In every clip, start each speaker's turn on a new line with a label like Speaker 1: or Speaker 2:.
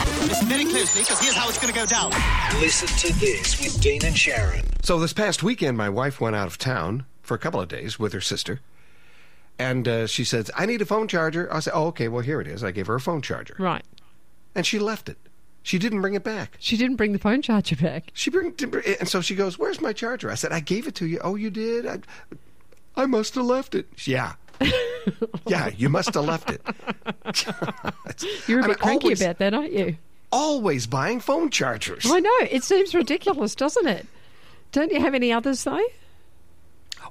Speaker 1: Listen very closely, because here's how it's going to go down.
Speaker 2: Listen to this with Dean and Sharon.
Speaker 3: So this past weekend, my wife went out of town for a couple of days with her sister, and uh, she says, "I need a phone charger." I said, "Oh, okay. Well, here it is." I gave her a phone charger,
Speaker 4: Right.
Speaker 3: and she left it. She didn't bring it back.
Speaker 4: She didn't bring the phone charger back.
Speaker 3: She bring, didn't bring and so she goes, "Where's my charger?" I said, "I gave it to you." "Oh, you did? I, I must have left it." She- Yeah. yeah, you must have left it.
Speaker 4: You're a
Speaker 3: I
Speaker 4: bit
Speaker 3: mean,
Speaker 4: cranky
Speaker 3: always-
Speaker 4: about that, aren't you?
Speaker 3: Always buying phone chargers.
Speaker 4: I know. It seems ridiculous, doesn't it? Don't you have any others though?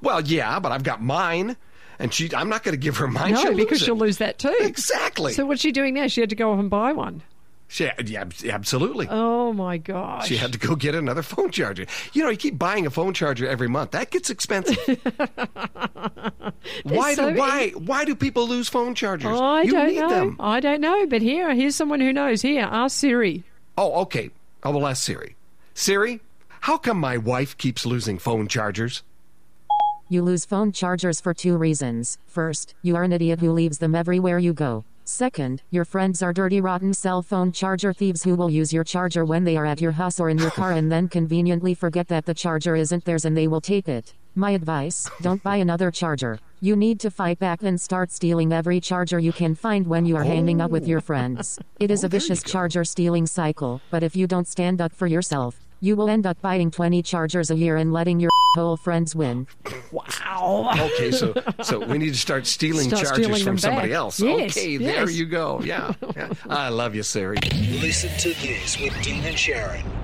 Speaker 3: Well, yeah, but I've got mine, and she. I'm not going to give her mine.
Speaker 4: no,
Speaker 3: she'll
Speaker 4: because
Speaker 3: lose it.
Speaker 4: she'll lose that too.
Speaker 3: Exactly.
Speaker 4: So what's she doing now? She had to go off and buy one.
Speaker 3: she, yeah, ab- absolutely.
Speaker 4: Oh my gosh.
Speaker 3: she had to go get another phone charger. You know, you keep buying a phone charger every month. That gets expensive. why
Speaker 4: so
Speaker 3: do why why do people lose phone chargers?
Speaker 4: I
Speaker 3: you
Speaker 4: don't
Speaker 3: need
Speaker 4: know.
Speaker 3: them.
Speaker 4: I don't know. But here, here's someone who knows. Here, ask Siri.
Speaker 3: Oh, okay. I will ask Siri. Siri, how come my wife keeps losing phone chargers?
Speaker 5: You lose phone chargers for two reasons. First, you are an idiot who leaves them everywhere you go. Second, your friends are dirty, rotten cell phone charger thieves who will use your charger when they are at your house or in your car and then conveniently forget that the charger isn't theirs and they will take it. My advice don't buy another charger. You need to fight back and start stealing every charger you can find when you are hanging out with your friends. It is a vicious charger stealing cycle, but if you don't stand up for yourself, you will end up buying 20 chargers a year and letting your whole friends win.
Speaker 3: Okay, so so we need to start stealing
Speaker 4: Start
Speaker 3: chargers
Speaker 4: stealing
Speaker 3: from
Speaker 4: them
Speaker 3: somebody
Speaker 4: back.
Speaker 3: else.
Speaker 4: Yes,
Speaker 3: okay, there
Speaker 4: yes.
Speaker 3: you go. Yeah, yeah. I love you, Siri.
Speaker 2: Listen to this with Dean and Sharon.